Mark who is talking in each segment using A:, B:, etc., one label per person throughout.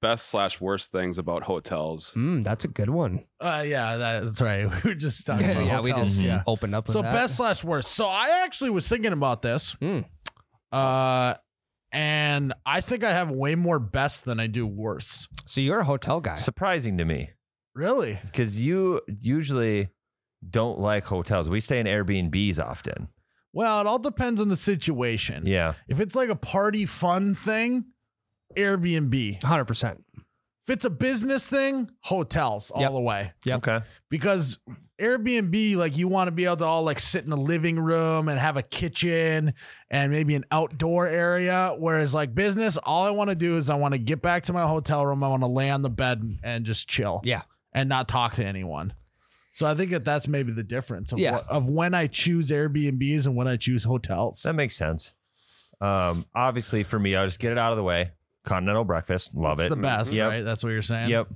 A: best slash worst things about hotels.
B: Mm, that's a good one.
C: Uh, yeah, that, that's right. We were just talking
B: yeah,
C: about
B: we
C: hotels,
B: just
C: yeah.
B: opened up. With
C: So
B: that.
C: best slash worst. So I actually was thinking about this,
B: Hmm.
C: uh, and I think I have way more best than I do worst.
B: So you're a hotel guy.
D: Surprising to me
C: Really?
D: because you usually don't like hotels. We stay in Airbnbs often.
C: Well, it all depends on the situation.
D: Yeah.
C: If it's like a party fun thing, Airbnb.
B: Hundred percent.
C: If it's a business thing, hotels all
B: Yep.
C: the way.
B: Yep.
D: Okay.
C: Because Airbnb, like you want to be able to all like sit in a living room and have a kitchen and maybe an outdoor area. Whereas like business, all I want to do is I want to get back to my hotel room. I want to lay on the bed and just chill.
B: Yeah.
C: And not talk to anyone. So I think that that's maybe the difference of,
B: Yeah.
C: what, of when I choose Airbnbs and when I choose hotels.
D: That makes sense. Um, obviously, for me, I'll just get it out of the way. Continental breakfast. Love
C: That's
D: it.
C: the best,
D: Yep.
C: right? That's what you're saying.
D: Yep.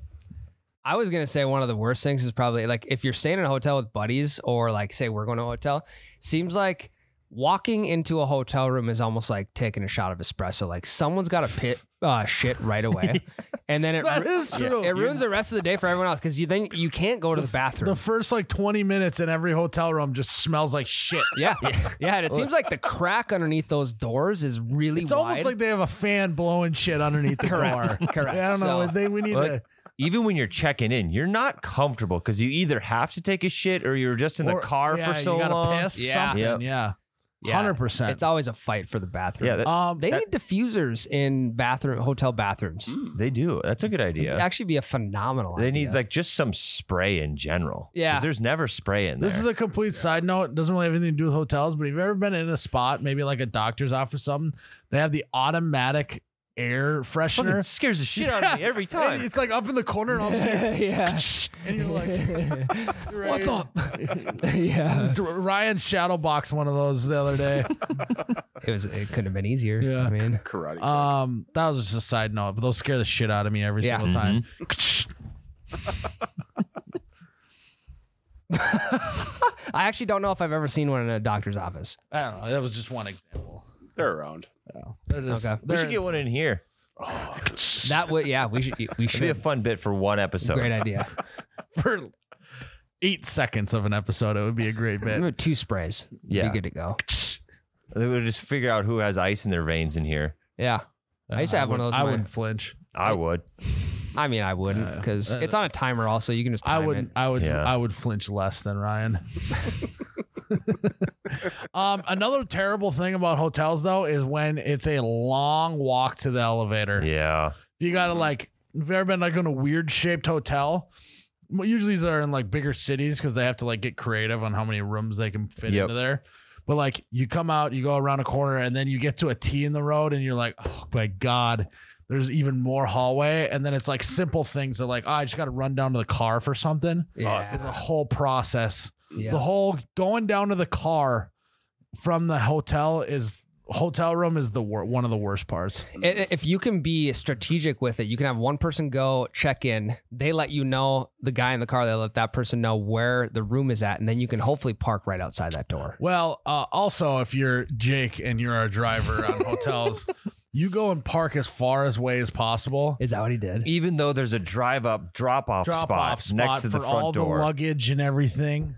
B: I was gonna say one of the worst things is probably like if you're staying in a hotel with buddies or like say we're going to a hotel. Seems like walking into a hotel room is almost like taking a shot of espresso. Like someone's got to pit uh, shit right away, and then it
C: That
B: ru-
C: is true.
B: it ruins the rest of the day for everyone else because you then you can't go to the bathroom.
C: The first like 20 minutes in every hotel room just smells like shit.
B: yeah, yeah, and it seems like the crack underneath those doors is really
C: It's
B: wide.
C: almost like they have a fan blowing shit underneath the
B: Correct.
C: door.
B: Correct.
C: I don't know.
B: So-
C: they, we need
D: Like,
C: to.
D: even when you're checking in, you're not comfortable because you either have to take a shit or you're just in
C: or-
D: the car
C: yeah,
D: for so
C: you gotta
D: long.
C: Piss,
B: Yeah.
C: Something.
D: Yep.
C: Yeah.
B: Yeah.
C: Hundred percent.
B: it's always a fight for the bathroom.
D: Yeah, that-
C: Um.
B: they need diffusers in bathroom hotel bathrooms.
D: they do. That's a good idea.
B: It'd actually be a phenomenal.
D: they need
B: idea.
D: like just some spray in general. 'Cause
B: Yeah.
D: there's never spray in there.
C: this is a complete side note. It doesn't really have anything to do with hotels, but if you've ever been in a spot, maybe like a doctor's office or something, they have the automatic air
D: Fucking
C: freshener.
D: scares the shit out of me every time.
C: It's like up in the corner and all
B: yeah.
C: and you're like,
B: What's up? yeah.
C: Ryan Shadowbox one of those the other day.
B: It was. It couldn't have been easier.
C: Yeah.
B: I mean,
A: Karate.
C: Um, that was just a side note, but those scare the shit out of me every
B: Yeah. Mm-hmm.
C: single time.
B: I actually don't know if I've ever seen one in a doctor's office.
C: I don't know. That was just one example.
A: They're around.
C: They're just,
B: Okay.
D: we
C: they're,
D: should get one in here.
B: That would. Yeah. We should. We
D: It'd be a
B: should.
D: fun bit for one episode.
B: Great idea.
C: for eight seconds of an episode, it would be a great bit.
B: Maybe Two sprays.
D: Yeah.
B: Be good to go.
D: They would just figure out who has ice in their veins in here.
B: Yeah. I used to have one of
C: would-
B: those.
C: I
B: in my-
C: wouldn't flinch.
D: I would.
B: I mean, I wouldn't because
C: Uh,
B: it's on a timer. Also, you can just.
C: I
B: time
C: would.
B: it.
C: I would.
D: Yeah.
C: I would flinch less than Ryan. um, another terrible thing about hotels though is when it's a long walk to the elevator.
D: Yeah.
C: You
B: Mm-hmm.
C: gotta like. If you've ever been like in a weird shaped hotel, Well, usually these are in like bigger cities because they have to like get creative on how many rooms they can fit
D: Yep.
C: into there. But like you come out, you go around a corner, and then you get to a T in the road, and you're like, oh my god, there's even more hallway. And then it's like simple things that like, oh, I just got to run down to the car for something.
B: Yeah.
C: It's a whole process. The
B: yeah.
C: whole going down to the car from the hotel is hotel room is the wor- one of the worst parts.
B: And if you can be strategic with it, you can have one person go check in. They let you know the guy in the car. They let that person know where the room is at, and then you can hopefully park right outside that door.
C: Well, uh, also, if you're Jake and you're our driver on hotels, you go and park as far as way as possible.
B: Is that what he did?
D: Even though there's a drive up, drop off
C: Drop
D: spot,
C: off spot
D: next to
C: for
D: the front
C: all
D: door.
C: the luggage and everything.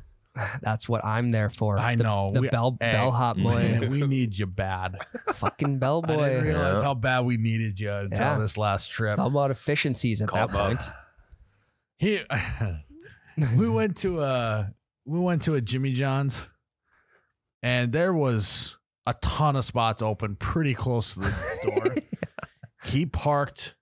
B: That's what I'm there for.
C: I
B: the,
C: know.
B: the
C: We-
B: bell
C: hey.
B: bellhop boy,
C: Man, we need you bad.
B: fucking
C: I didn't
B: bellboy.
C: realize
D: Yeah.
C: how bad we needed you until
B: Yeah.
C: this last trip.
B: How about efficiencies at
A: Call
B: that
A: Bob.
B: point?
C: He, we went to a we went to a Jimmy John's, and there was a ton of spots open pretty close to the door. He parked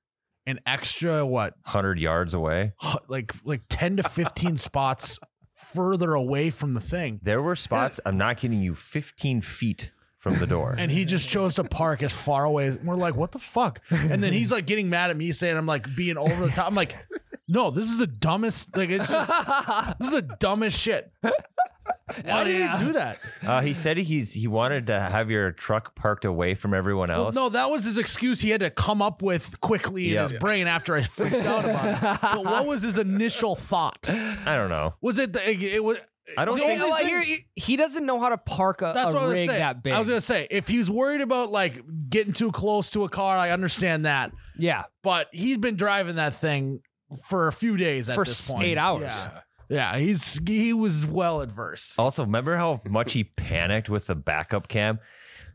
C: an extra what
D: 100 yards away.
C: hu- like like 10 to 15 spots further away from the thing
D: There were spots, I'm not kidding you, 15 feet from the door.
C: and he just chose to park as far away as we're like what the fuck and then he's like getting mad at me saying i'm like being over the top i'm like no this is the dumbest like it's just this is the dumbest shit why did
B: yeah.
C: he do that
D: uh, he said he's he wanted to have your truck parked away from everyone
C: well,
D: else.
C: no that was his excuse he had to come up with quickly in
D: Yeah.
C: his brain after i freaked out about it but what was his initial thought
D: I don't know.
C: was it the, it was
D: I don't
B: Okay,
C: The
B: you
D: think
B: know
C: only
B: what?
C: thing-
B: Here, he- he doesn't know how to park a,
C: That's
B: a
C: what I was
B: rig
C: saying.
B: that big.
C: I was gonna say if he's worried about like getting too close to a car, I understand that.
B: yeah,
C: But he's been driving that thing for a few days at
B: For
C: this
B: s-
C: point.
B: eight hours.
C: Yeah. Yeah, he's he was well adverse.
D: Also, remember how much he panicked with the backup cam?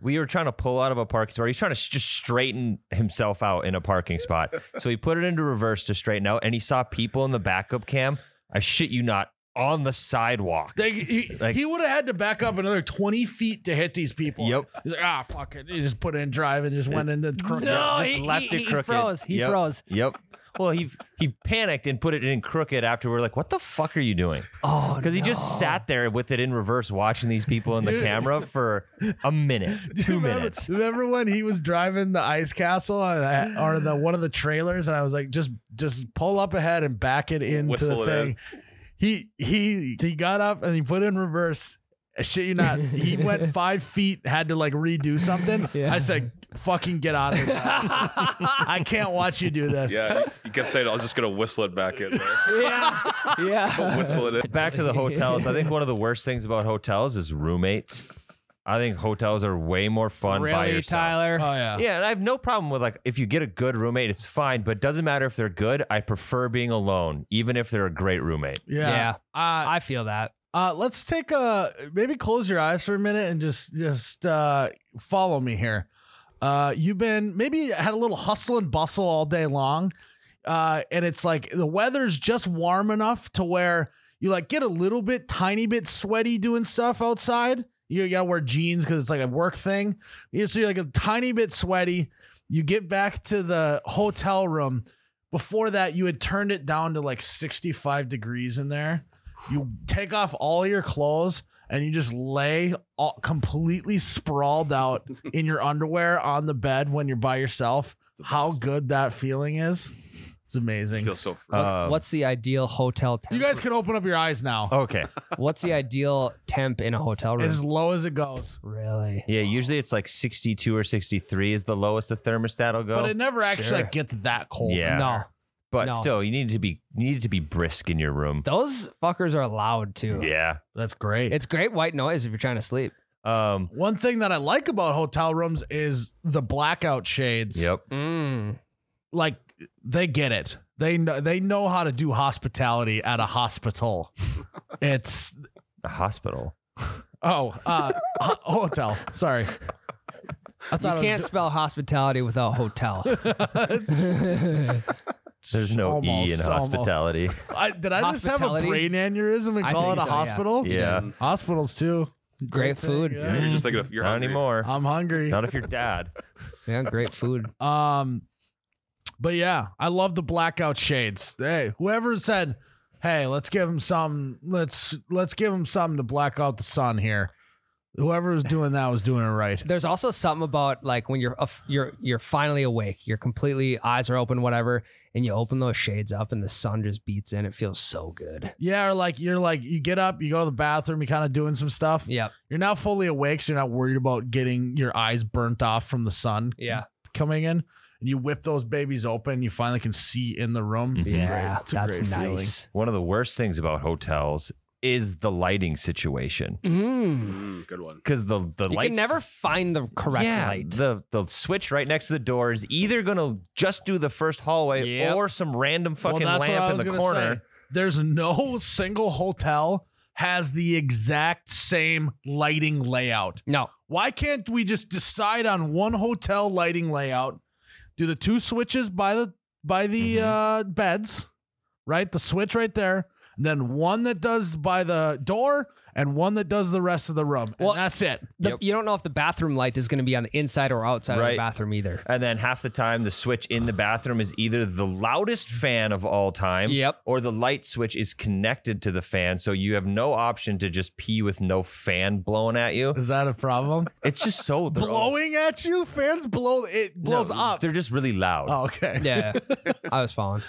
D: We were trying to pull out of a parking spot. He's trying to s- just straighten himself out in a parking spot. So he put it into reverse to straighten out, and he saw people in the backup cam. I shit you not, on the sidewalk.
C: They, he
D: Like-
C: he would have had to back up another 20 feet to hit these people.
D: Yep.
C: He's like, ah, fuck it. He just put it in drive and just went into the cr-
D: Yeah,
B: No,
D: just
B: Oh, he-
D: left
B: he-
D: it
B: he
D: crooked.
B: froze. He
D: Yep.
B: froze.
D: Yep. Well, he he panicked and put it in crooked after we're like, what the fuck are you doing?
B: oh,
D: Because he just sat there with it in reverse, watching these people in the camera for a minute,
C: Do you
D: two
C: remember-
D: minutes.
C: Remember when he was driving the ice castle and I, or the one of the trailers, and I was like, just just pull up ahead and back it into
A: Whistle
C: the
A: it in.
C: thing. He he he got up and he put it in reverse. I Shit, you not. He went five feet, had to like redo something.
B: Yeah.
C: I said, "Fucking get out of here! I can't watch you do this."
A: Yeah, you kept saying I was just gonna whistle it back in there.
B: Yeah, yeah.
A: whistle it in.
D: Back to the hotels. I think one of the worst things about hotels is roommates. I think hotels are way more fun by
B: really,
D: yourself.
B: Tyler?
C: Oh yeah.
D: Yeah, and I have no problem with like if you get a good roommate, it's fine, but it doesn't matter if they're good. I prefer being alone, even if they're a great roommate.
B: Yeah.
C: Uh,
B: I feel that.
C: Uh, let's take a maybe close your eyes for a minute and just just uh, follow me here. Uh, you've been maybe had a little hustle and bustle all day long, uh, and it's like the weather's just warm enough to where you like get a little bit, tiny bit sweaty doing stuff outside. You gotta wear jeans because it's like a work thing. You so you're like a tiny bit sweaty. You get back to the hotel room. Before that, you had turned it down to like 65 degrees in there you take off all your clothes and you just lay all, completely sprawled out in your underwear on the bed when you're by yourself. How good that feeling is. It's amazing.
A: Feel so.
B: What-
D: Um,
B: what's the ideal hotel temp?
C: you guys can open up your eyes now.
D: Okay.
B: what's the ideal temp in a hotel room?
C: As low as it goes.
B: really?
D: Yeah, usually it's like 62 or 63 is the lowest the thermostat will go.
C: But it never actually
B: sure.
C: like, gets that cold.
D: Yeah.
B: No,
D: But
B: No.
D: still, you need to be you need to be brisk in your room.
B: those fuckers are loud too.
D: Yeah.
C: That's great.
B: It's great white noise if you're trying to sleep.
D: Um
C: One thing that I like about hotel rooms is the blackout shades.
D: yep.
B: Mm.
C: Like they get it. They know they know how to do hospitality at a hospital. it's
D: A hospital.
C: Oh, uh, ho- hotel. Sorry. I
B: You
C: thought
B: can't spell hospitality without hotel.
D: There's no E
C: Almost,
D: in
C: almost.
D: hospitality.
C: I, did I just have a
B: Hospitality?
C: brain aneurysm and
B: I
C: call it
B: think
C: a
B: so, yeah.
C: hospital?
D: Yeah.
C: Hospitals too.
B: Great
C: thing,
B: food.
C: yeah.
A: You're just thinking of- you're
D: Not
A: hungry.
D: anymore.
C: I'm hungry.
D: Not if you're dad.
B: yeah, great food.
C: Um, but yeah, I love the blackout shades. Hey, whoever said, "Hey, let's give him some. Let's let's give him something to black out the sun here." Whoever was doing that was doing it right.
B: There's also something about like when you're af- you're you're finally awake, you're completely eyes are open, whatever, and you open those shades up and the sun just beats in. It feels so good.
C: Yeah, or like you're like you get up, you go to the bathroom, you're kind of doing some stuff.
B: Yep.
C: You're now fully awake, so you're not worried about getting your eyes burnt off from the sun
B: Yeah.
C: coming in. And you whip those babies open, you finally can see in the room. It's a
B: yeah.
C: great- it's a
B: that's
C: great feeling.
B: nice.
D: One of the worst things about hotels is the lighting situation.
B: Mm.
A: Mm, good one.
D: Because the the
B: You
D: lights
B: can never find the correct
D: yeah,
B: light.
D: The the switch right next to the door is either gonna just do the first hallway
B: Yep.
D: or some random fucking
C: Well, that's what I was
D: lamp in the
C: gonna
D: corner.
C: say. There's no single hotel has the exact same lighting layout.
B: no.
C: Why can't we just decide on one hotel lighting layout? Do the two switches by the by the
D: Mhm.
C: uh, beds, right? The switch right there, and then one that does by the door, and one that does the rest of the room.
B: Well-
C: and that's it.
B: The-
D: Yep.
B: You don't know if the bathroom light is going to be on the inside or outside of
D: Right.
B: the bathroom either.
D: And then half the time, the switch in the bathroom is either the loudest fan of all time,
B: Yep.
D: or the light switch is connected to the fan, so you have no option to just pee with no fan blowing at you.
C: Is that a problem?
D: It's just so they're all-
C: Blowing at you, fans blow. It
D: No,
C: blows up.
D: They're just really loud.
C: Oh, okay.
B: Yeah. I was following.